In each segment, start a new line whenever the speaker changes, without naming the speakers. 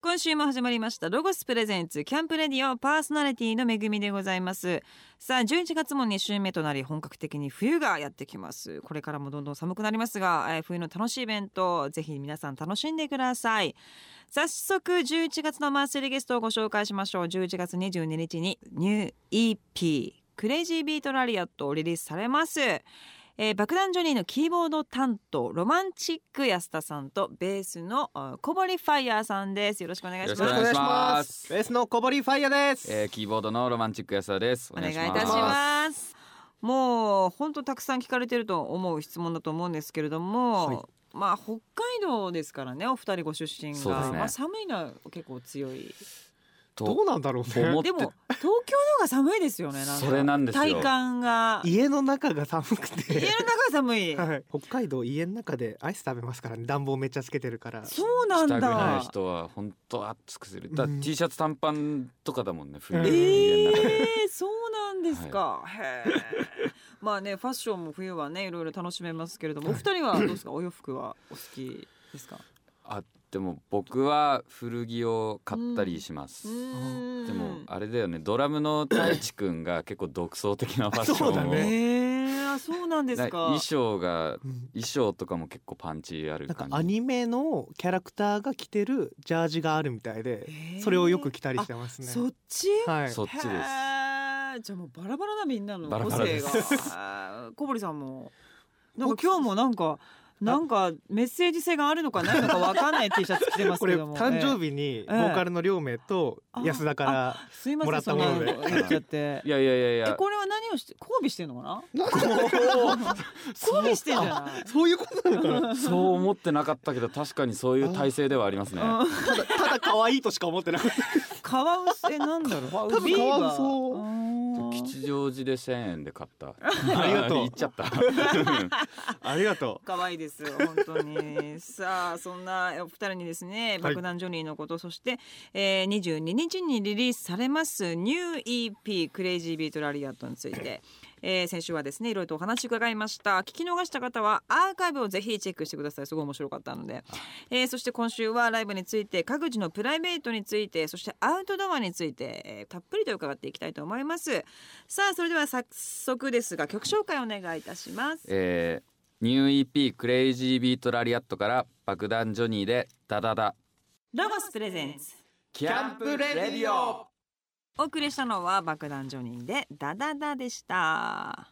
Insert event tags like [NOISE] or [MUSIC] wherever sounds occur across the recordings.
今週も始まりましたロゴスプレゼンツキャンプレディオパーソナリティのめぐみでございますさあ11月も2週目となり本格的に冬がやってきますこれからもどんどん寒くなりますが、えー冬の楽しいイベントぜひ皆さん楽しんでください早速11月のマンスリーゲストをご紹介しましょう11月22日にニュー EP クレイジービートラリアットをリリースされますえー、爆弾ジョニーのキーボード担当ロマンチック安田さんとベースのあ小堀ファイヤーさんですよろしくお願いします
よろしくお願いします
ベースの小堀ファイヤーです、
えー、キーボードのロマンチック安田です。
お願いいたし
お願いし
ますもう本当たくさん聞かれてると思う質問だと思うんですけれども、
はい
まあ北海道ですからねお二人ご出身
そうで
が、
すね
まあ寒いのは結構強い
ど
と
うなんだろう
思
ね
っ
でも東京の方が寒いですよねなんか
それなんですよ
体感が家
家の中が寒く
の
て、
中が寒
[LAUGHS]
い
はい、北海道家の中でアイス食べますからね暖房めっちゃつけてるから
そうな
し
ん
たくない
だ
人は本当暑くする。だ、
うん
T シャツ短パンとかだもんね。冬
う
え
ん
の家の中で。
ー、そうなんですか、へえまあねファッションも冬はねいろいろ楽しめますけれどもお二人はどうですかお洋服はお好きですか
あ、でも僕は古着を買ったりします。
で
でもあれだよね。ドラムの太一くんが結構独創的なファッションを。
そうだ
え
ね
ー、あそうなんです
な
か。
衣装が
うん
衣装とかも結構パンチある
なんか
感じ。
アニメのキャラクターが着てるジャージがあるみたいで
へー
それをよく着たりしてますね
そっち？
はい
そっちです
へーじゃあもうバラバラなみんなの
バラ
個
バラ
性
で
が
す。 [LAUGHS]
あー小堀さんもなんか今日もなんかなんかメッセージ性があるのかないのかわかんない T シャツ着てます
こ
け
れ
ども。
誕生
日
日にボーカルの両名と
あ
安田 [LAUGHS] から
すいません
もらったもので
そんな言っちゃって
い。やいやいやい
え
や。
これは何をして交尾してんのかな？
なんか
交尾してんじゃない？
そういうことなの
[LAUGHS]
かな
そう思ってなかったけど確かにそういう体勢ではありますね。
うん
ただただ可愛いとしか思ってなかった
カワウソえなんだろう。
多分カワウソ
ビーバー。うん
吉祥寺で1000円で買った。
ありがとう
行っちゃった。 [LAUGHS]
ありがと
可愛いです本当
[LAUGHS]
にさあそんなお二人にですね
はい
爆弾ジョニーのこと、そして、えー、22日にリリースされますニュー EP クレイジービートラリアットについて、えー、先週はですねいろいろとお話伺いました聞き逃した方はアーカイブをぜひチェックしてくださいすごい面白かったので、えー、そして今週はライブについて各自のプライベートについてそしてアウトドアについて、えー、たっぷりと伺っていきたいと思いますさあそれでは早速ですが曲紹介お願いいたします
えーニュー EP クレイジービートラリアットから爆弾ジョニーでダダダ
ロゴスプレゼンツ
キ
ャンプレディオ
お送りしたのは爆弾ジョニーでダダダでした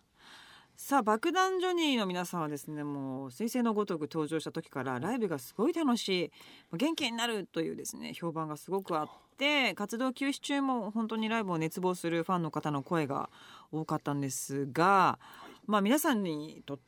さあ爆弾ジョニーの皆さんはですねもう彗星のごとく登場した時からライブがすごい楽しい元気になるというですね評判がすごくあって活動休止中も本当にライブを熱望するファンの方の声が多かったんですがまあ皆さんにとって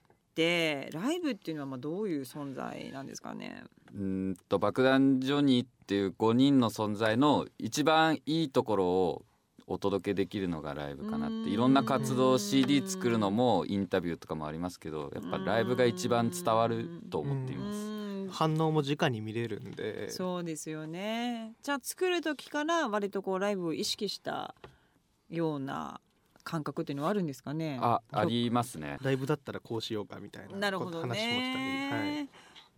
ライブっていうのはまあどういう存在なんですかね
うーんと爆弾ジョニーっていう5人の存在の一番いいところをお届けできるのがライブかなっ
うーん
ていろんな活動 CD 作るのもインタビューとかもありますけどやっぱライブが一番伝わると思っていうます
ん
う反応も直に見れるんで
そうですよねじゃあ作る時から割とこうライブを意識したような感覚っていうのはあるんですかね
あありますね
ライブだったらこうしようかみたいな
なるほど
話もし
ね
たり、はい、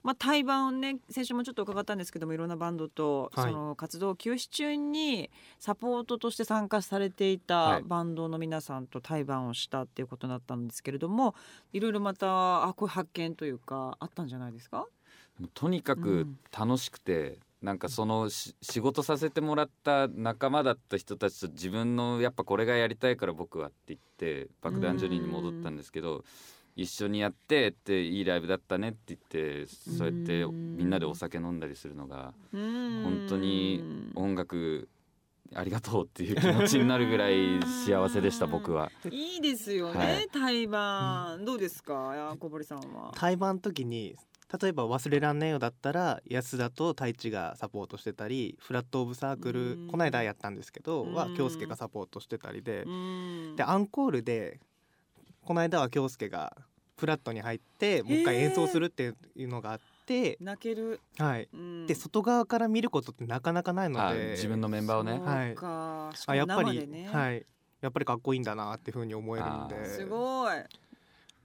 まあ、対バンをね先週もちょっと伺ったんですけどもいろんなバンドと、
は
そ
い
の活動休止中にサポートとして参加されてい
は
た
い
バンドの皆さんと対バンをしたっていうことだったんですけれどもいろいろまたあこういう発見というかあったんじゃないですか
とにか
う
く
ん
楽しくて、なんかそのし仕事させてもらった仲間だった人たちと自分のやっぱこれがやりたいから僕はって言って爆弾ジョニーに戻ったんですけど一緒にやってっていいライブだったねって言ってそうやって
うん
みんなでお酒飲んだりするのが
本
本当に音楽ありがとうっていう気持ちになるぐらい幸せでした
うん
僕は。
いいですよね、
はい
対バン、どうですかいや小堀さんは。
対バンの時に例えば「忘れらんねえよ」だったら安田と太一がサポートしてたり「フラット・オブ・サークル
うん」
こないだやったんですけどは
うん
京介がサポートしてたりで
うん
でアンコールでこないだは京介がフラットに入ってもう一回演奏するっていうのがあって、
泣ける、
はい、
うん
で外側から見ることってなかなかないの
あ
で
自分のメンバーをね
はい
そうかしか
あ
も
やっぱ
生
り、
でね、
はい、やっぱりかっこいいんだなっていうふうに思えるんで。
すごい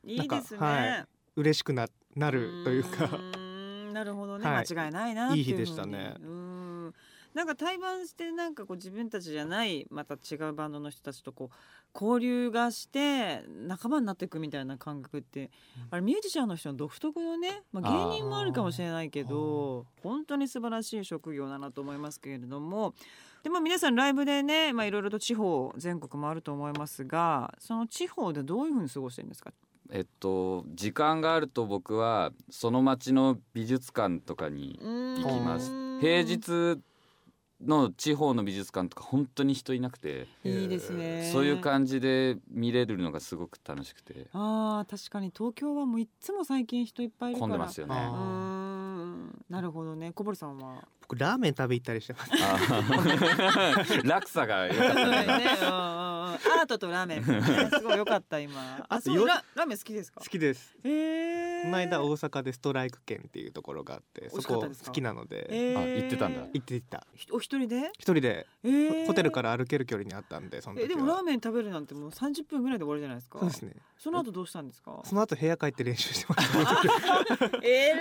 いいですね
なんかはい嬉しくななるというか
ーんなるほどね、
はい
間違いないなっていうふうに
いい日でしたね
うーんなんか対バンしてなんかこう自分たちじゃないまた違うバンドの人たちとこう交流がして仲間になっていくみたいな感覚ってあれミュージシャンの人の独特のね、まあ、芸人もあるかもしれないけど本当に素晴らしい職業だなと思いますけれどもでも皆さんライブでねまあいろいろと地方全国もあると思いますがその地方でどういうふうに過ごしてるんですか
えっと時間があると僕はその町の美術館とかに
行
行きます平日の地方の美術館とか本当に人いなくて、
いいですね
そういう感じで見れるのがすごく楽しく [LAUGHS] て
あー確かに東京はもういっつも最近人いっぱいいるから
混んでますよね。
うー
あ
んなるほどね小堀さんは
[LAUGHS] 僕ラーメン食べ行ったりしてます。
あー [LAUGHS] 落差が良かっ
[LAUGHS] そうだ
た
よ
ね。
ねうんうんうんアートとラー
[LAUGHS]
メンすごい良かった今あ
あと
そう
よ
ララー [LAUGHS] メン好きですか
好きです。
へえ
[LAUGHS] この間大阪でストライク券っていうところがあって、
美味
そ
しかった
こ
ですか
好きなので
へー
あ行ってたんだ
行って行った。
ひお一人で
一人で
えー
ホテルから歩ける距離にあったんで、その時
え
は。
でもラーメン食べるなんてもう30分ぐらいで終わるじゃないですか
そうですね。
その後どうしたんです
[LAUGHS]
か
その後部屋帰って練習してました。
[LAUGHS] えらいえ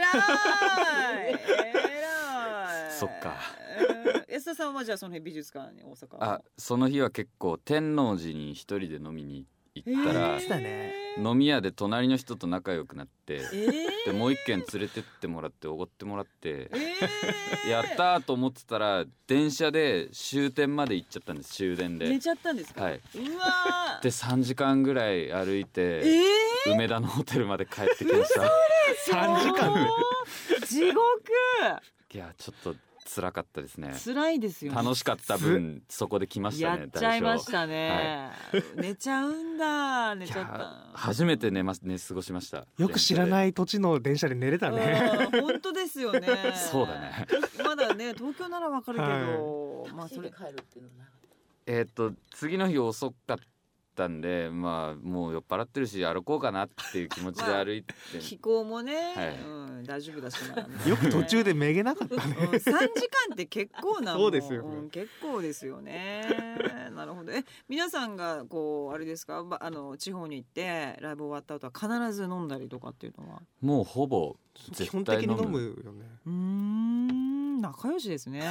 らい
そっか
えー安田さんはじゃあその辺美術館に大阪
あその日は結構天王寺に一人で飲みに行った
へ
ら
ー
たね
飲み屋で隣の人と仲良くなって
えー、
でもう一軒連れてってもらっておごってもらって
えー
やったーと思ってたら電車で終点まで行っちゃったんです終電
寝
で。
ちゃったんですか、
はいう
わー
で3時間ぐらい歩い
え
て
ー
梅田のホテルまで帰ってきました。
三時間
もう地獄
いやちょっと辛かったですね。
辛いですよね
楽しかった分そこで来ました
や
ね。
っちゃいま
代
し
償
たね、寝ちゃうんだ寝ちゃ
いや
った
初めて寝ま寝過ごしました。
よく知ら
い。
ない土地の電車で寝れたね。
[LAUGHS] うん本当ですよね
そうだね
まだね東京ならわかるけど、まあそれ
帰るっていうのはなかっ
えーっと次の日遅かったんでまあもう酔っ払ってるし歩こうかなっていう気持ちで歩いて、
気候もね、
はい
うん、大丈夫だしな
よく途中でめげなかったね。
うん、3時間って結構なも
そうですよね
ん結構ですよねなるほどえ皆さんがこうあれですかばあの地方に行ってライブ終わった後は必ず飲んだりとかっていうのは
もうほぼ
基
絶
本
対
的
飲
に
む
飲むよね。
うーん仲良しですね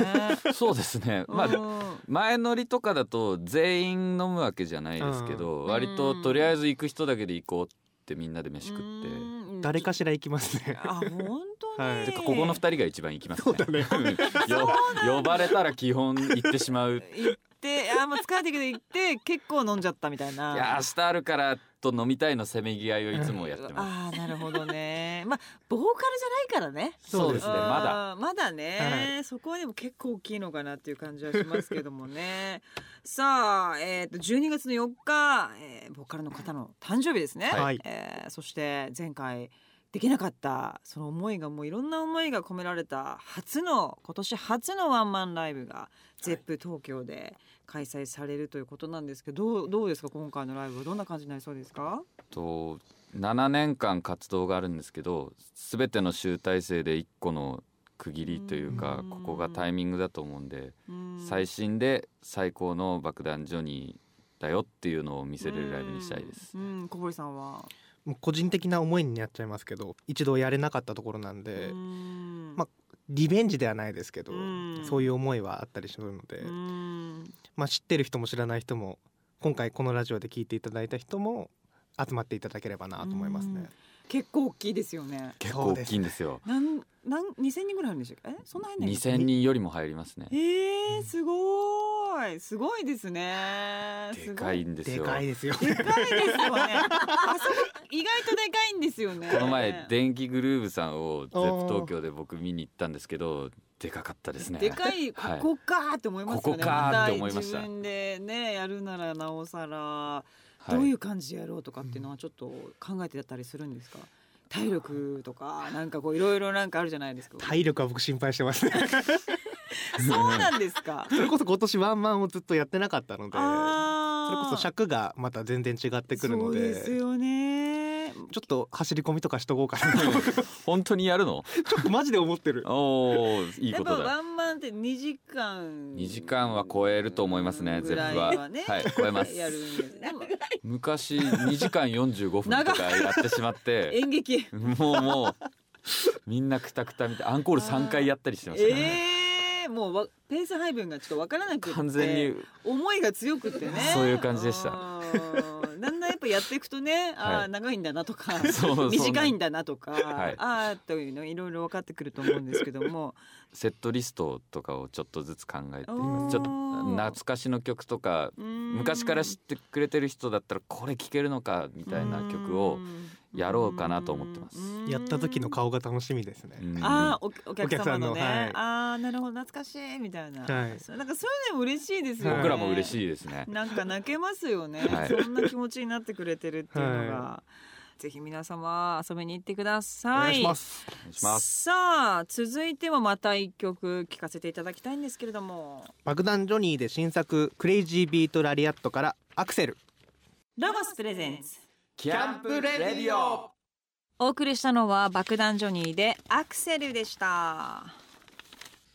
そうですねまあ
[LAUGHS] うん
前乗りとかだと全員飲むわけじゃないですけど、
うん
割ととりあえず行く人だけで行こうってみんなで飯食って、
うん
誰かしら行きますね。
あ本当に、
はいてか
ここの二人が一番行きますね
そうだね
うん [LAUGHS] よ呼ばれたら基本行ってし
[LAUGHS]
まう
行ってあーもう疲れてけど行って結構飲んじゃったみたいない
や明日あるからと飲みたいのせめぎ合いをいつもやってます。
ああなるほどねまあボーカルじゃないからね
そうですね
うん
まだ。
まだね、そこはでも結構大きいのかなっていう感じはしますけども
[LAUGHS]
ねさあ、えー、と12月の4日、えーボーカルの方の誕生日ですね、
はい
えーそして前回できなかったその思いがもういろんな思いが込められた初の今年初のワンマンライブが ZEP 東京で開催されるということなんですけどどうどうですか今回のライブはどんな感じになりそうですか
と7年間活動があるんですけど全ての集大成で1個の区切りというか
うん
ここがタイミングだと思うんで
うん
最新で最高の爆弾ジョニーだよっていうのを見せれるライブにしたいです
う。んうん小堀さんは、
もう個人的な思いになっちゃいますけど、一度やれなかったところなんで
う、ん
まあリベンジではないですけど
うん、
そういう思いはあったりするので、
うん
まあ知ってる人も知らない人も、今回このラジオで聞いていただいた人も集まっていただければなと思いますね。
結構大きいですよね。
結構大きいんですよ。
なんなん二千人ぐらいあるんでしょうか。えそんな入んないの。
2000人よりも入りますね。
ええー、すごーいすごいですね。
でかい
す
んです
で
よ。
かいですよ。
ごい。でかいですよね。あそこ意外とでかいんですよね。
この前電気グルーヴさんをゼッ
お
プ
ー
東京で僕見に行ったんですけどでかかったですね
でかいこ
はい
こかーって思いますよね。
ここかーって思いました
自分でねやるならなおさら
はい
どういう感じでやろうとかっていうのはちょっと考えてたりするんですか。体力とかなんかこういろいろなんかあるじゃないですか。
体力は僕心配してま
[LAUGHS]
すね。
そうなんです
[LAUGHS]
か。
それこそ今年ワンマンをずっとやってなかったので、それこ
あー
そ尺がまた全然違ってくるので、
そうです
ちょ
よね
っと走り込みとかしとこうか
[LAUGHS]
な。
本当にやるの
ちょっとマジで思ってる。
おおいい
や
こ
っぱ
とだ
ワンマンって2時間
2時間は超えると思いますね
ぐ
ゼ
ら
ッ
い
プは
はね
はい超えま
[LAUGHS]
す
やるんですでも
昔2時間45分とかやってしま
[LAUGHS]
って
演劇
もうもうみんなくたくたみたいアンコール3回やったりしてましたね、
ええもうわペース配分がちょっとわからなくって
完全に
思いが強くってね
そういう感じでした
あーだんだんやっぱやっていくとね、あ
は
あ
い
長いんだなとか
[LAUGHS] そうそう
短いんだなとか、
はい
ああというのいろいろ分かってくると思うんですけども
セットリストとかをちょっとずつ考えてち
おー
ょっと懐かしの曲とか昔
昔
から知ってくれてる人だったらこれ聴けるのかみ
み
たいな曲をやろうかなと思ってます
やった時の顔が楽しみですね、
うん
ああおお客様の
お客さんの
ね、
はい
ああなるほど懐かしいみたいな、
はい
そうなんかそういうのも嬉しいですよね
僕らも嬉
い
しいですね
なんか泣けますよね、
はい
そんな気持ちになってくれてるっていうのが、
は
ぜひ皆様遊びに行ってくだ
お
さ
願い
い
します
お願いします
さあ続いてもまた一曲聴かせていただきたいんですけれども
爆弾ジョニーで新作クレイジービートラリアットからアクセル
ロゴスプレゼンツ
キ
ャンプレディオ
お送りしたのは爆弾ジョニーでアクセルでした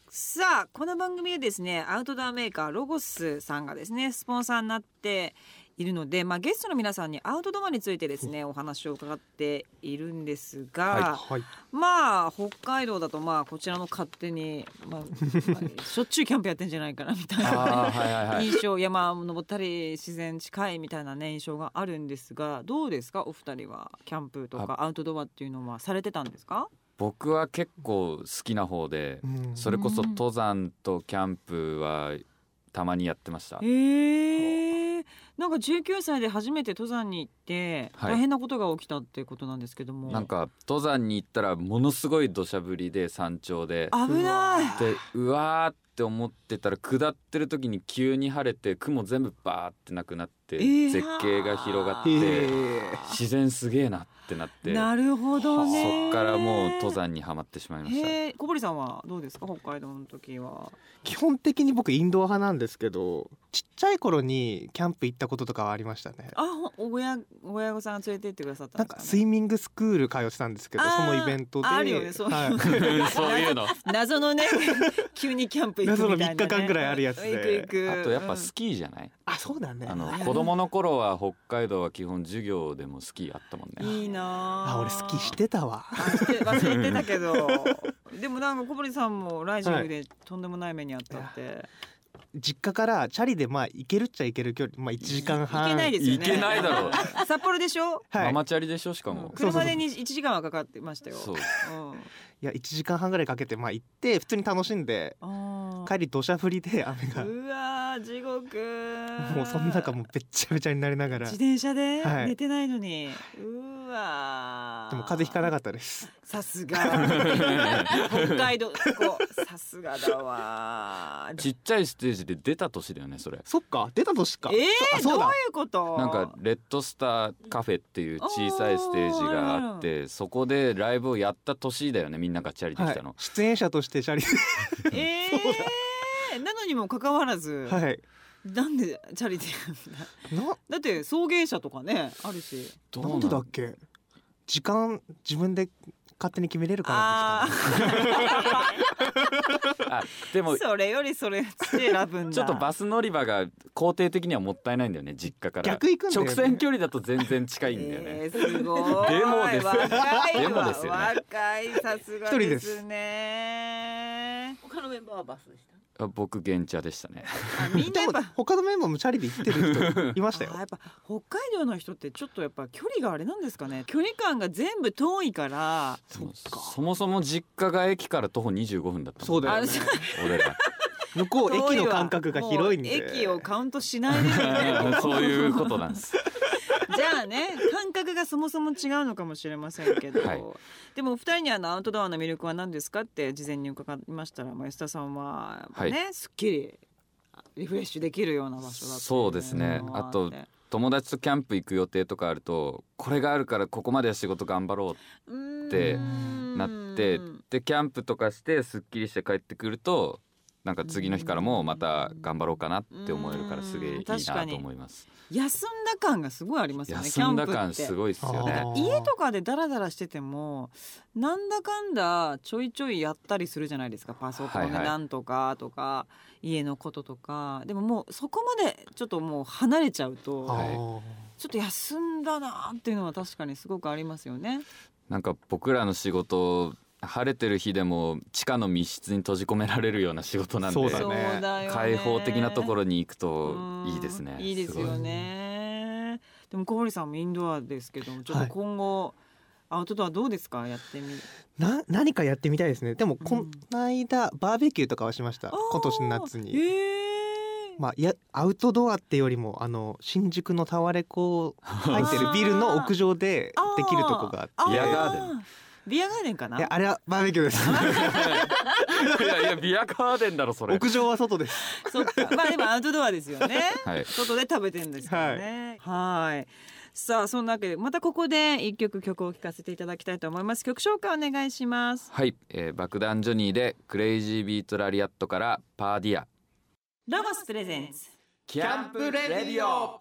さあこの番組でですねアウトドアメーカーロゴスさんがですねスポンサーになっているので、まあ、ゲストの皆さんにアウトドアについてですねお話を伺っているんですが、
はい、
まあ北海道だとまあこちらの勝手に、まあ、まあしょっちゅうキャンプやってんじゃないかなみたいな
あーはいはいはい
印象山を登ったり自然近いみたいなね印象があるんですがどうですかお二人はキャンプとかアウトドアっていうのはされてたんですか
[LAUGHS] 僕は結構好きな方で
うん
それこそ登山とキャンプはたまにやってました
へえー、なんか19歳で初めて登山に行って
はい
大変なことが起きたっていうことなんですけども、
なんか登山に行ったらものすごい土砂降りで山頂で
危ないう
わ
でうわーって思ってたら下ってる時に急に晴れて雲全部バーってなくなって
いやー
絶景が広がっ
へ
て
え
自然すげえなってなって
なるほどね
そっからもう登山にはまってしまいました。
へえ小堀さんはどうですか北海道の時は
基本的に僕インドア派なんですけどちっちゃい頃にキャンプ行ったこととかはありましたね
あほ親親御さんが連れてってくださった
なんん
か
かスイミングスクール通ってたんですけど
あー
そのイベントで
あるよねそういうの
は
[LAUGHS]
い
そういうの。あ
謎の
[LAUGHS]
ね急にキャンプ行くみたいな、ね、
謎の三日間ぐらいあるやつで
行く行く
とやっぱ
うん
スキーじゃない。
あそうだね
あの
うん
子供の頃は北海道は基本授業でもスキーあったもんね。
いいな
あ俺スキーしてたわ
あして忘れてたけ
[LAUGHS]
どでもなんか小堀さんもライジングでとんでもない目にあったって、
実家からチャリでまあ行けるっちゃ行ける距離まあ1時間半
行けないですよね
いけないだろう。
[LAUGHS] 札幌でしょ
はい、
マ
い
マチャリでしょしか
うん
も。
車でに1時間はかかってましたよ
そう。
うん
や1時間半ぐらいかけてまあ行って普通に楽しんで [LAUGHS]
あー
帰り土砂降りで雨が
うわー地獄
もうその中もうべっちゃべちゃになりながら
自
で
転車で
はい
寝てないのに、うわー
も風邪ひかなかったです
さすが北海道こうさすがだわ
ちっちゃいステージで出た年だよねそれ。
そっか出た年か
え
あ
ー、
そ
ど
う
うい
だ
うこと
なんかレッドスターカフェっていう小さいステージがあってそこでライブをやった年だよねみんながチャリで
は
来
い
たの、、
出演者としてチャリ
えー、なのにもかかわらず、
はい
なんでチャリティーなんだ
な
だって送迎車とかねあるし
ど
なんでだっけ時間自分で勝手に決めれるから
あ
ですか、ね、
あでも
あそれよりそれっつって選ぶんだ
ちょっとバス乗り場が肯定的にはもったいないんだよね実家から
逆行くんだよね
直線距離だと全然近いんだよね、
えー、すごい
でもです
若いわ
でもですよね
若いさすが
一人
で
ですす
ね
他のメンバーはバスでした。
あ僕現茶でしたね
あみんな
で
やっ
も
ぱ
他のメンバーもチャリで行ってる人 [LAUGHS] いま
[LAUGHS]
したよ
あーやっぱ北海道の人ってちょっとやっぱ距離があれなんですかね [LAUGHS] 距離感が全部遠いから
そっか
そもそも実家が駅から徒歩25分だった
そう
だ
だよね
あ
俺ら
向こう駅
遠
の
わ
感覚が広いんで
もう駅をカウントしないです [LAUGHS] ね
そういうことなんです
[LAUGHS] じゃあね感覚がそもそも違うのかもしれませんけど、
はい
でもお二人にあのアウトドアの魅力は何ですかって事前に伺いましたら、まあ、吉田さんはやっぱね、すっきりリフレッシュできるような場所だってい
そうですね
のが
あと
って
友達とキャンプ行く予定とかあるとこれがあるからここまでは仕事頑張ろうってってなってでキャンプとかしてすっきりして帰ってくるとなんか次の日からもまた頑張ろうかなって思えるからすげえいい
うん確か
な
に
と思います
休んだ感がすごいありますよね
休んだ
キャンプ
感
って
すごいっすよね
あー
家とかでダラダラしててもなんだかんだちょいちょいやったりするじゃないですかパソコン
は
で
いはい
なんとかとか、家のこととかでももうそこまでちょっともう離れちゃうと
あー
ちょっと休んだなっていうのは確かにすごくありますよね。
なんか僕らの仕事晴れてる日でも地下の密室に閉じ込められるような仕事なんで
そうだ
そう
ね
だよね
開放的なところに行くといいですね
うんいいですよね。でも小堀さんもインドアですけども、ちょっと今後、アウトドアどうですかやってみ。
な何かやってみたいですねでもこ
うん
ないだバーベキューとかはしました
あー
今年の夏に、
えー
まあ、いやアウトドアってよりもあの新宿のタワレコ入ってるビルの屋上でできるとこがあって
ー
ビアガーデン
あビアガーデンかない
やあれはバーベキューです
[LAUGHS] いやいやビアガーデンだろそれ
屋上は外です
そっかまあでもアウトドアですよね
はい
外で食べてるんですからねはいさあそんなわけでまたここで一曲曲を聴かせていただきたいと思います曲紹介お願いします
はい、えー、爆弾ジョニーでクレイジービートラリアットからパーディア
ロゴスプレゼンツ
キ
ャンプレディオ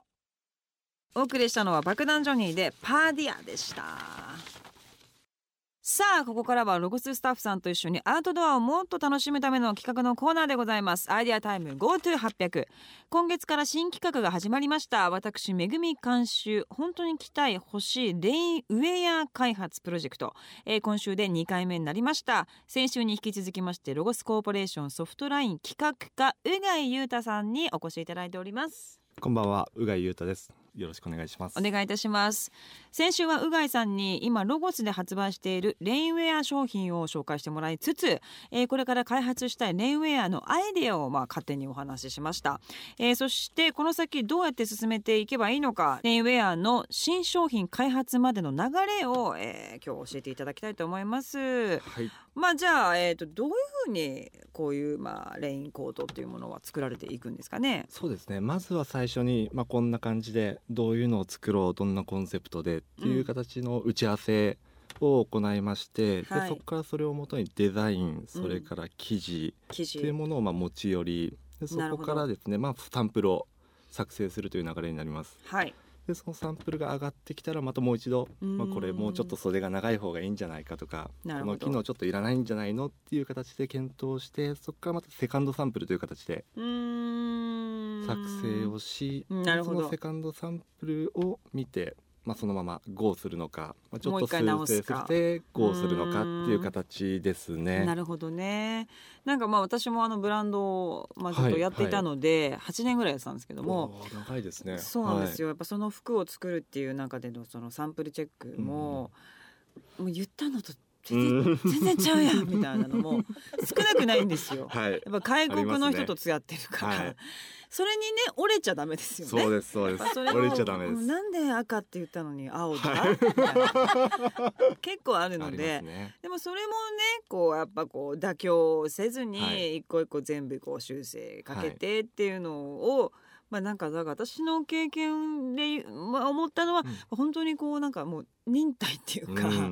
お送りしたのは爆弾ジョニーでパーディアでしたさあここからはロゴススタッフさんと一緒にアウトドアをもっと楽しむための企画のコーナーでございますアイデアタイム GoTo800 今月から新企画が始まりました私めぐみ監修本当に着たい欲しいレインウェア開発プロジェクト、えー今週で2回目になりました先週に引き続きましてロゴスコーポレーションソフトライン企画課宇貝裕太さんにお越しいただいております
こんばんは、宇賀裕太です。よろしくお願いします。
お願いいたします先週はうがいさんに今ロゴスで発売しているレインウェア商品を紹介してもらいつつ、えーこれから開発したいレインウェアのアイデアをまあ勝手にお話ししました、えーそしてこの先どうやって進めていけばいいのかレインウェアの新商品開発までの流れを、えー今日教えていただきたいと思います
はい、
まあじゃあ、えー、とどういうふうにこういう、まあ、レインコートっていうものは作られていくんですかね
そうですね。まずは最初に、まあ、こんな感じで、どういうのを作ろう、どんなコンセプトでっていう形の打ち合わせ。を行いまして、で
はい
そこからそれをもとにデザイン、それから生地
生
ってい
地
うものをまあ持ち寄り、でそ
なる
こ
ほど
からですね、まあサンプルを作成するという流れになります。
はい
でそのサンプルが上がってきたらまたもう一度、まあ、これもうちょっと袖が長い方がいいんじゃないかとか
なるほ
この
ど
機能ちょっといらないんじゃないのっていう形で検討してそこからまたセカンドサンプルという形で
うーん
作成をし、
うんなる
そ
ほど
のセカンドサンプルを見て、まあ、そのまま GO するのか、まあ、ちょ
も
っ
う
と
一回
修
直
正
す
し
か
て GO するのかっていう形です
な
ね。
るほどねなんかまあ私もあのブランドをまあずっとやっていたので8年ぐらいやってたんですけども、
おー長いですね
そうなんです
よ、
よ、やっぱその服を作るっていう中でのそのサンプルチェックも、もう言ったのと全然全然ちゃうやんみたいなのも少なくないんですよ。
はい、はい
やっぱ外国の
あります
人
ね
とつやってるから、
はい
それにね折れちゃダメですよね。
そうですそうです
あそれを
折れちゃダメで
うん
す。
なんで赤って言ったのに青だ、結構あるの
あり
で、
ますね
でもそれもねこうやっぱこう妥協せず
は
に
い
一個一個全部こう修正かけてっていうのを、まあなんかだから私の経験で、まあ、思ったのは、
う
本当にこうなんかもう忍耐っていうか、
うん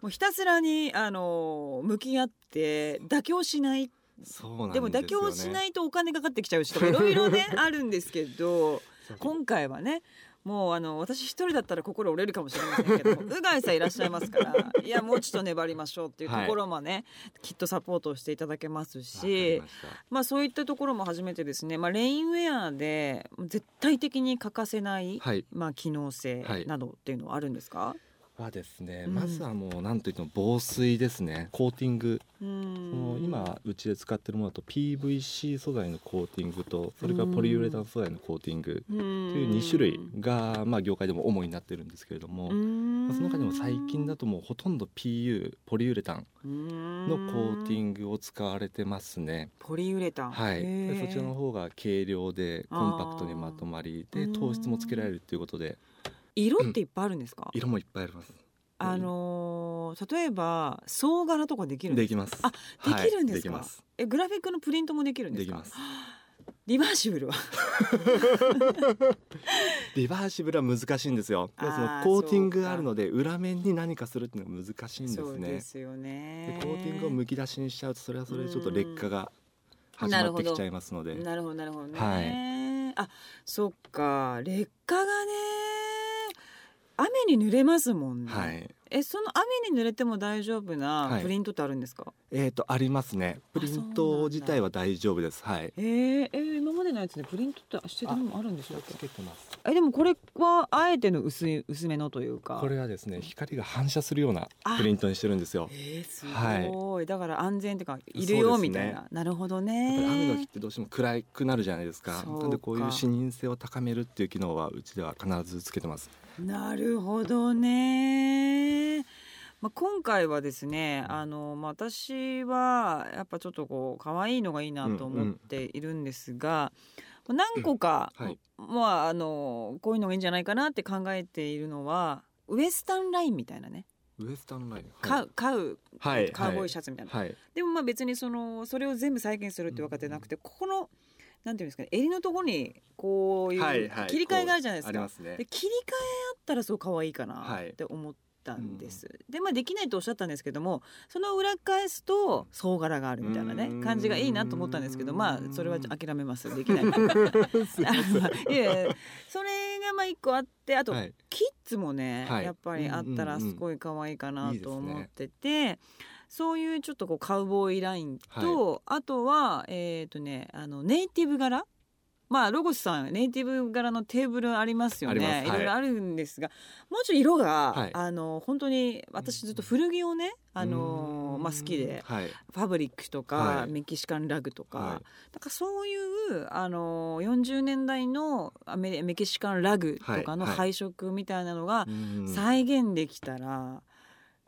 もうひたすらにあの向き合って妥協しない
そうなん
でも妥協しないとお金かかってきちゃうしとかいろいろねあるんですけど今回はねもうあの私一人だったら心折れるかもしれませんけど
[LAUGHS]
もうがいさんいらっしゃいますからいやもうちょっと粘りましょうっていうところもね、きっとサポートをしていただけますし
わかりました
まあそういったところも初めてですね、まあ、レインウェアで絶対的に欠かせない、
はい
まあ、機能性
はい
などっていうのはあるんですか、
はですね、
うん
まずはもうなんといっても防水ですねコーティン
う
グ、その
ん
今うちで使ってるものだと PVC 素材のコーティングとそれからポリウレタン素材のコーティング
とい
という2種類が、まあ、業界でも主になってるんですけれども、まあその中でも最近だともうほとんど PU ポリウレタンの
の
コーテ
グ
ィングを使われてますね、
ポリウレタン
はい
へ
で
え
そちらの方が軽量でコンパクトにまとまり
あ
で
ー
糖質もつけられるということで
色っていっぱいあるんですか、
色もいっぱいあります
あのー例えば総柄とかできるんで
です
か
きます
あ
はい
できるんですか
できます
えグラフィックのプリントもできるんで
ですき
か
ます
リバーシブルは
リバーシブルは難しいんですよ。
あー
そのコーティングがあるので裏面に何かするっていうのは難しいんです
そう
ね
で。すよね
でコーティングをむき出しにしちゃうとそれはそれでちょっと劣化が始
なる
まっ
ほ
て
ど
きちゃいますので。
なるほどなるほどね、
は
あそっか劣化がね雨に濡れますもんね、
はい。
えその雨に濡れても大丈夫な
はい
プリントってあるんですか、
えっ、とありますね。プリ
そ
ン
うなんだ
ト自体は大丈夫です。はい。
えーえー今までれのやつでプリントってしてたのもあるんでしょう
つけてます
えでもこれはあえての薄い薄めのというか
これはですね光が反射するような
あ
プリントにしてるんですよ
えー、すごい、、
はい
だから安全ってかいるよ
そうですね
みたいな、なるほど
やっぱり雨の日っ
ね
てどうしても暗くなるじゃないですか
そうか
なんでこういう視認性を高めるっていう機能はうちでは必ずつけてます
なるほどねまあ、今回はですねあの、まあ、私はやっぱちょっとこう可愛いのがいいなと思っているんですが、まあ何個か、
はい
まああのこういうのがいいんじゃないかなって考えているのはウエスタンラインみたいなね、
ウエスタンライン
カウカウ
はいはい
カウボーイシャツみたいな、
はい
でもまあ別にそのそれを全部再現するってわけじゃなくて、ここのなんていうんですかね襟のところにこうい
はいうはい
切り替えがあるじゃないですか、
ありますね
で切り替えあったらそう可愛いかな
はい
って思ったんです、でまあできないとおっしゃったんですけどもその裏返すと総柄があるみたいな
うー
ね
ん
感じがいいなと思ったんですけどまあそれは諦めますでき
[LAUGHS]
ないあのいやいやそれがまあ一個あってあと
はい
キッズもね、
はい
やっぱりあったらすごい可愛いかなと
うんうんうん
思
い
っ
い
てて、そういうちょっとこうカウボーイラインと、あとはえっ、とねあのネイティブ柄まあロゴスさんネイティブ柄のテーブルありますよ
ありますは
ね
い
いろいろあるんですが、もうちょい色が、
はい
あの本当に私ずっと古着をねあの
うーん
まあ、好きで
はい
ファブリックとか、
はい
メキシカンラグとか、
はい
だからそういうあの40年代のアメメキシカンラグとかの
はいはい
配色みたいなのが
うん
再現できたら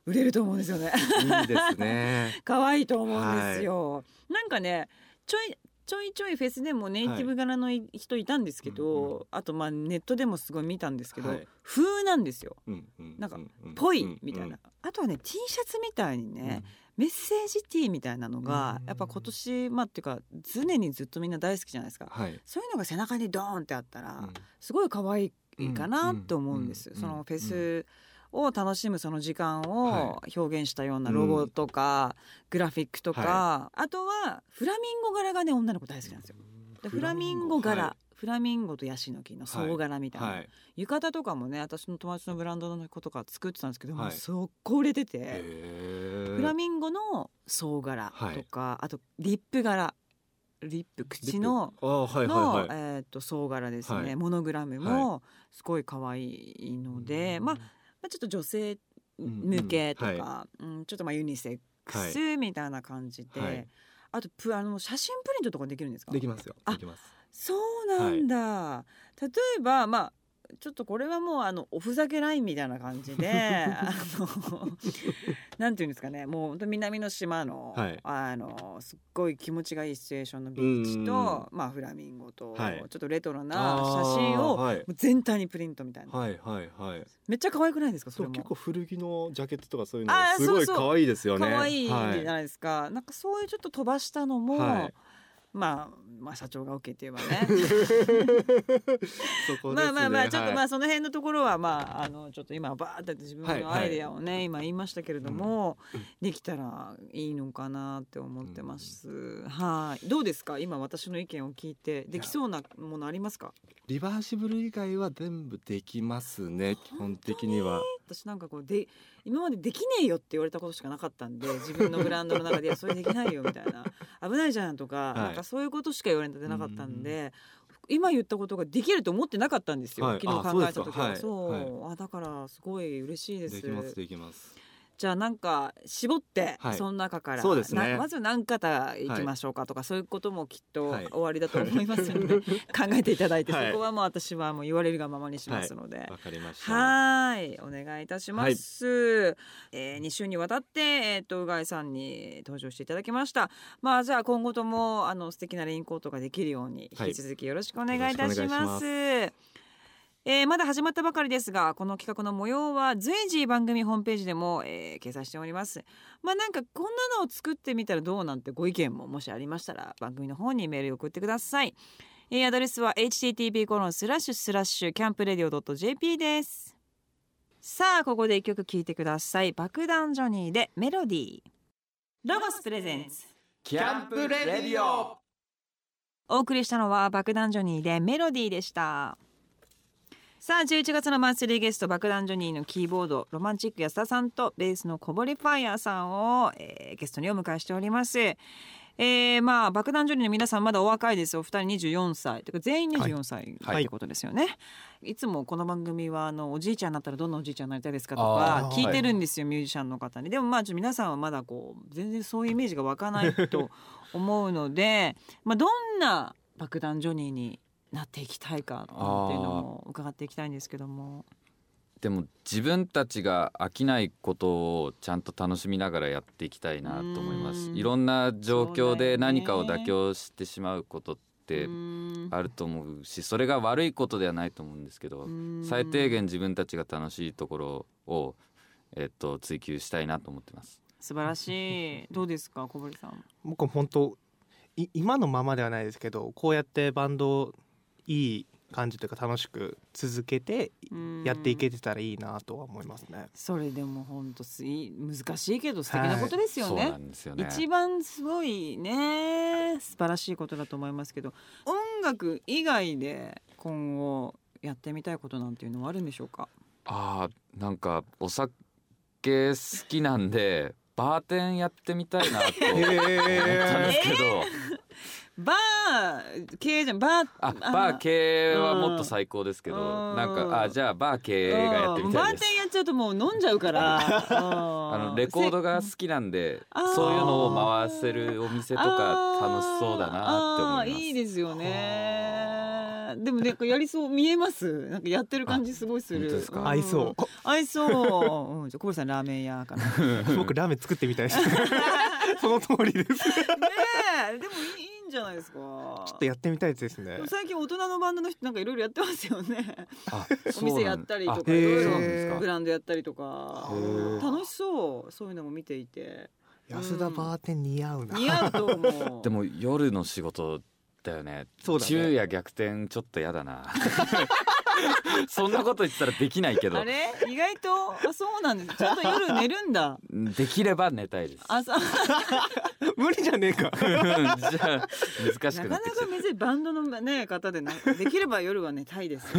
売れると思うんですよね [LAUGHS]
いいですね
可愛いと思うんですよ、なんかねちょいちょいちょいフェスでもネイティブ柄のい人いたんですけど、
うんう
あとまあネットでもすごい見たんですけど、
はい
風なんですよ
うんうん
なんか
うん
ぽ
う
い
ん
みたいな、
うん
あとはね T シャツみたいにね、
うん
メッセージティーみたいなのが
うん
やっぱ今年まあっていうか常にずっとみんな大好きじゃないですか
はい
そういうのが背中にドーンってあった
う
ら
ん
すごい可愛いかなと思うんです
うん
そのフェ
う
スを楽しむその時間を
は
表現したようなロゴとかグラフィックとかあとはフラミンゴ柄がね女の子大好きなんですよ。でフラミンゴ柄フラミンゴとヤシの木の総柄みたい
は
ない浴衣とかもね私の友達のブランドの子とか作ってたんですけども
は
う
い
速攻売れてて。
フ
フラミンゴの総柄とか、あとリップ柄リップ口の
あーはい
の、
はい
え
はい
ー、と総柄ですね、
はい
モノグラムもすごい可愛いので、まあ、まあちょっと女性向けとか、うんちょっとまあユニセックスみたいな感じで、
はい
あとプあの写真プリントとかできるんですか
できますよ
あ
できます
そうなんだ、例えばまあちょっとこれはもうあのおふざけラインみたいな感じであのなんていうんですかねもう本当南の島の、
はい
あのすっごい気持ちがいいシチュエーションのビーチ
うん
と、まあ、フラミンゴと、
はい
ちょっとレトロな
あー
写真をも
はい、
う全体にプリントみたいな、
はいはいはい
めっちゃ可愛くないですかそ
そ
れ
う
も。
結構古着のジャケットとかそういうの
あー
すごい
そうそう
可愛いですよね
可愛いじ
は
ゃ [LAUGHS]
い [LAUGHS]
ないですか、なんかそういうちょっと飛ばしたのも、
はい
まあまあ社長が OK って言えばね
そこ
ま
ですね
あまあまあちょっとま
はい
あその辺のところはまああのちょっと今バーって自分のアイデアをね、
はいはい
今言いましたけれども、できたらいいのかなって思ってます、はいどうですか今私の意見を聞いてできそうなものありますか
リバーシブル以外は全部できますね基本的には
私なんかこうで今までできねえよって言われたことしかなかったんで自分のブランドの中
[LAUGHS]
で「いやそれできないよ」みたいな「危ないじゃん」とか,、
い
なんかそういうことしか言われてなかったんで。今言ったことができると思ってなかったんですよ、
はい
昨日考えた時は
あ
そ,、
そううですかはい
あだからすごい嬉しいで
ですきますできます
じゃあなんか絞って、
はい
その中から
そうですね
なまず何方いきましょうかとか、そういうこともきっと
はい
終わりだと思いますの
[LAUGHS]
で、考えていただいて、
はい
そこはもう私はもう言われるがままにしますので、
わかりました
はーい、お願いいたします。えー二週にわたって、えっと、うがいさんに登場していただきました。まあ、じゃあ、今後とも、あの、素敵なレインコートができるように、
はい
引き続きよろしくお願いいたし
よろしくお
ま。
願いします
えーまだ始まったばかりですがこの企画の模様は随時番組ホームページでも、えー掲載しておりますまあなんかこんなのを作ってみたらどうなんてご意見ももしありましたら番組の方にメールを送ってくださいえーアドレスは http コロンスラッシュスラッシュキャンプレディオドット .jp ですさあここで一曲聴いてください爆弾ジョニーでメロディーロゴスプレゼンツ
キ
ャンプレディオ
お送りしたのは爆弾ジョニーでメロディーでしたさあ11月のマンスリーゲスト爆弾ジョニーのキーボードロマンチック安田さんとベースのこぼれファイヤーさんを、えーゲストにお迎えしておりますえー、まあ爆弾ジョニーの皆さんまだお若いですお二人24歳というか全員
はい
24歳と
はい
いうことですよね、い、つもこの番組はあのおじいちゃんになったらどんなおじいちゃんになりたいですかとか
あー
聞いてるんですよ、ミュージシャンの方にでもまあちょっと皆さんはまだこう全然そういうイメージが湧かないと思うのでまあどんな爆弾ジョニーになっていきたいかっていうのも伺っていきたいんですけども
でも自分たちが飽きないことをちゃんと楽しみながらやっていきたいなと思います
うん
いろんな状況
そうだよね
で何かを妥協してしまうことっ
う
て
ーん
あると思うしそれが悪いことではないと思うんですけど
うん
最低限自分たちが楽しいところをえっと追求したいなと思ってます
素晴らしいどうですか小堀さん
僕本当い今のままではないですけどこうやってバンドをいい感じというか楽しく続けて
うん
やっていけてたらいいなとは思いますね。
それでも本当すい難しいけど素敵なことですよ
そう
ね、
なんですよね
一番すごいね素晴らしいことだと思いますけど音楽以外で今後やってみたいことなんていうのはあるんでしょうか
あーなんかお酒好きなんでバーテンやってみたいなと思ったんですけど
バー系じゃんバー
あ
あ
バー系はもっと最高ですけど
うん
なんかあじゃあバー系がやってみたい
うんバー
で
テ
す
ンやっちゃうともう飲んじゃうから
[LAUGHS] あ
あ
のレコードが好きなんで
あー
そういうのを回せるお店とか楽しそうだなって思い
あ
ま
ー
す
いいですよねでもなんかやりそう見えますなんかやってる感じすごいす
あ
る
本当ですか
ん
合いそう
合いそう、うん、じゃあ小堀さんラーメン屋か
[LAUGHS]
なね
僕ラーメン作ってみ
[LAUGHS]
たいですその通りですち
えでもいいいいんじゃないですか
ょっとやってみたいですね
でも最近大人のバンドの人なんかいろいろやってますよ
[LAUGHS]
ね
あ
お店やったりとか
そうなん
い
あ
ろいろ
そうなんです
ブ
か
ランドやったりとか
へー
楽しそうそういうのも見てい
[LAUGHS]
て
安田バーテン似合うな、
似合うと思う
[LAUGHS] でも夜の仕事だよね
そうだね
昼夜逆転ちょっとやだな [LAUGHS] そんなこと言ってたらできないけど
あれ意外とあそうなんですちゃんと夜寝るんだ
できれば寝たいです
あそう
無理じゃねえか
じゃあ難し
な
く
か
な
な
っ
か
てきちゃう
珍しいバンドのね方でなできれば夜は寝たいです。
[LAUGHS]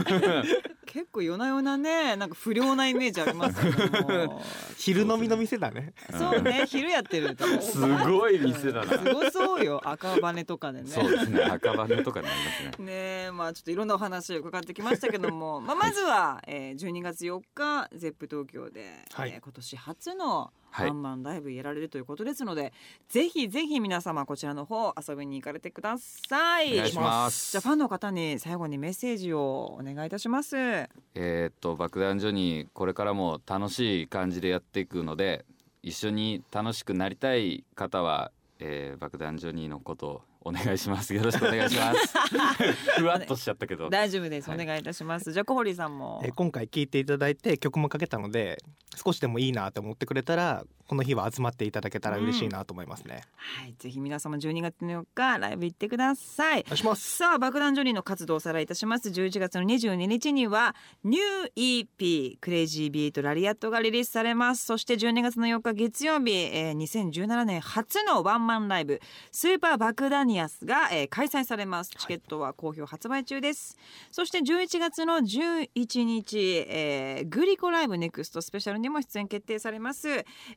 結構夜な夜なねなんか不良なイメージあります
[LAUGHS]
けども。
[LAUGHS] 昼飲みの店だね
そうね昼やってると。
すごい店だな
すごそうよ赤羽とかでね。
そうですね赤羽とかになります
ね
ね
えまあちょっといろんなお話を伺ってきましたけど
[LAUGHS]
もまあまずは、えー、12月4日ゼップ東京で、
はい
えー今年初の
はい
ワンマンライブやられるということですので、ぜひぜひ皆様こちらの方遊びに行かれてください。
お願いします
じゃあファンの方に最後にメッセージをお願いいたします。
えーっと爆弾所にこれからも楽しい感じでやっていくので一緒に楽しくなりたい方は、えー、爆弾ジョニーのことをお願いしますよろしくお願いします
[LAUGHS]
ふわっとしちゃったけど
大丈夫です、
はい
お願いいたします。じゃあ小堀さんも
え今回聴いていただいて曲もかけたので少しでもいいなと思ってくれたらこの日は集まっていただけたら嬉しいなと思いますね、
はいぜひ皆様12月の4日ライブ行ってください
お。願いします
さあ爆弾ジョニーの活動をおさらいいたします11月の22日にはニュー EP クレイジービートラリアットがリリースされますそして12月の4日月曜日、えー2017年初のワンマンライブスーパーバクダニアスが、えー開催されますチケットは好評発売中です、そして11月の11日、えーグリコライブネクストスペシャルにも出演決定されます、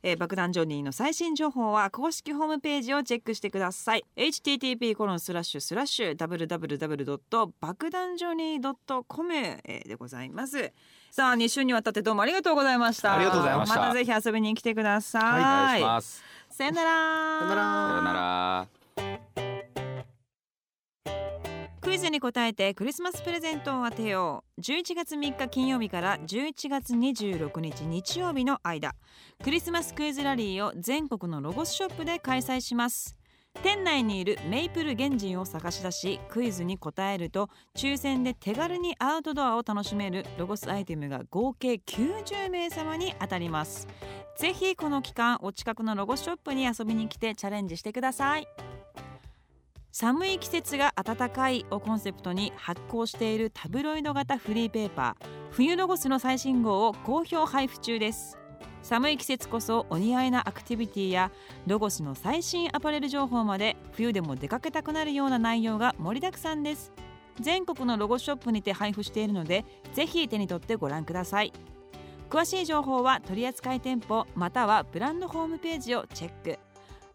えー爆弾ジョニーの最新情報は公式ホームページをチェックしてください http コロンスラッシュスラッシュ www. 爆弾ジョニー .com えーでございますさあ2週にわたってどうもありがとうございました
ありがとうございま
した
またぜひ遊びに来てください、
お願いします
さよなら
さよなら
さよなら
クイズに答えてクリスマスプレゼントを当てよう11月3日金曜日から11月26日日曜日の間クリスマスクイズラリーを全国のロゴスショップで開催します店内にいるメイプル原人を探し出しクイズに答えると抽選で手軽にアウトドアを楽しめるロゴスアイテムが合計90名様に当たりますぜひこの期間お近くのロゴスショップに遊びに来てチャレンジしてください寒い季節が暖かいをコンセプトに発行しているタブロイド型フリーペーパー冬ロゴスの最新号を好評配布中です寒い季節こそお似合いなアクティビティやロゴスの最新アパレル情報まで冬でも出かけたくなるような内容が盛りだくさんです全国のロゴスショップにて配布しているのでぜひ手に取ってご覧ください詳しい情報は取扱店舗またはブランドホームページをチェック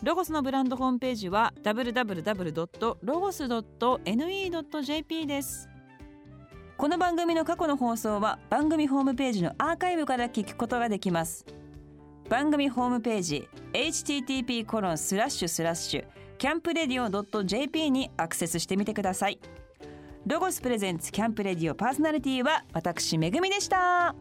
ロゴスのブランドホームページは www.logos.ne.jp ですこの番組の過去の放送は番組ホームページのアーカイブから聞くことができます番組ホームページ http コロンスラッシュスラッシュキャンプレディオ .jp にアクセスしてみてくださいロゴスプレゼンツキャンプレディオパーソナリティは私めぐみでした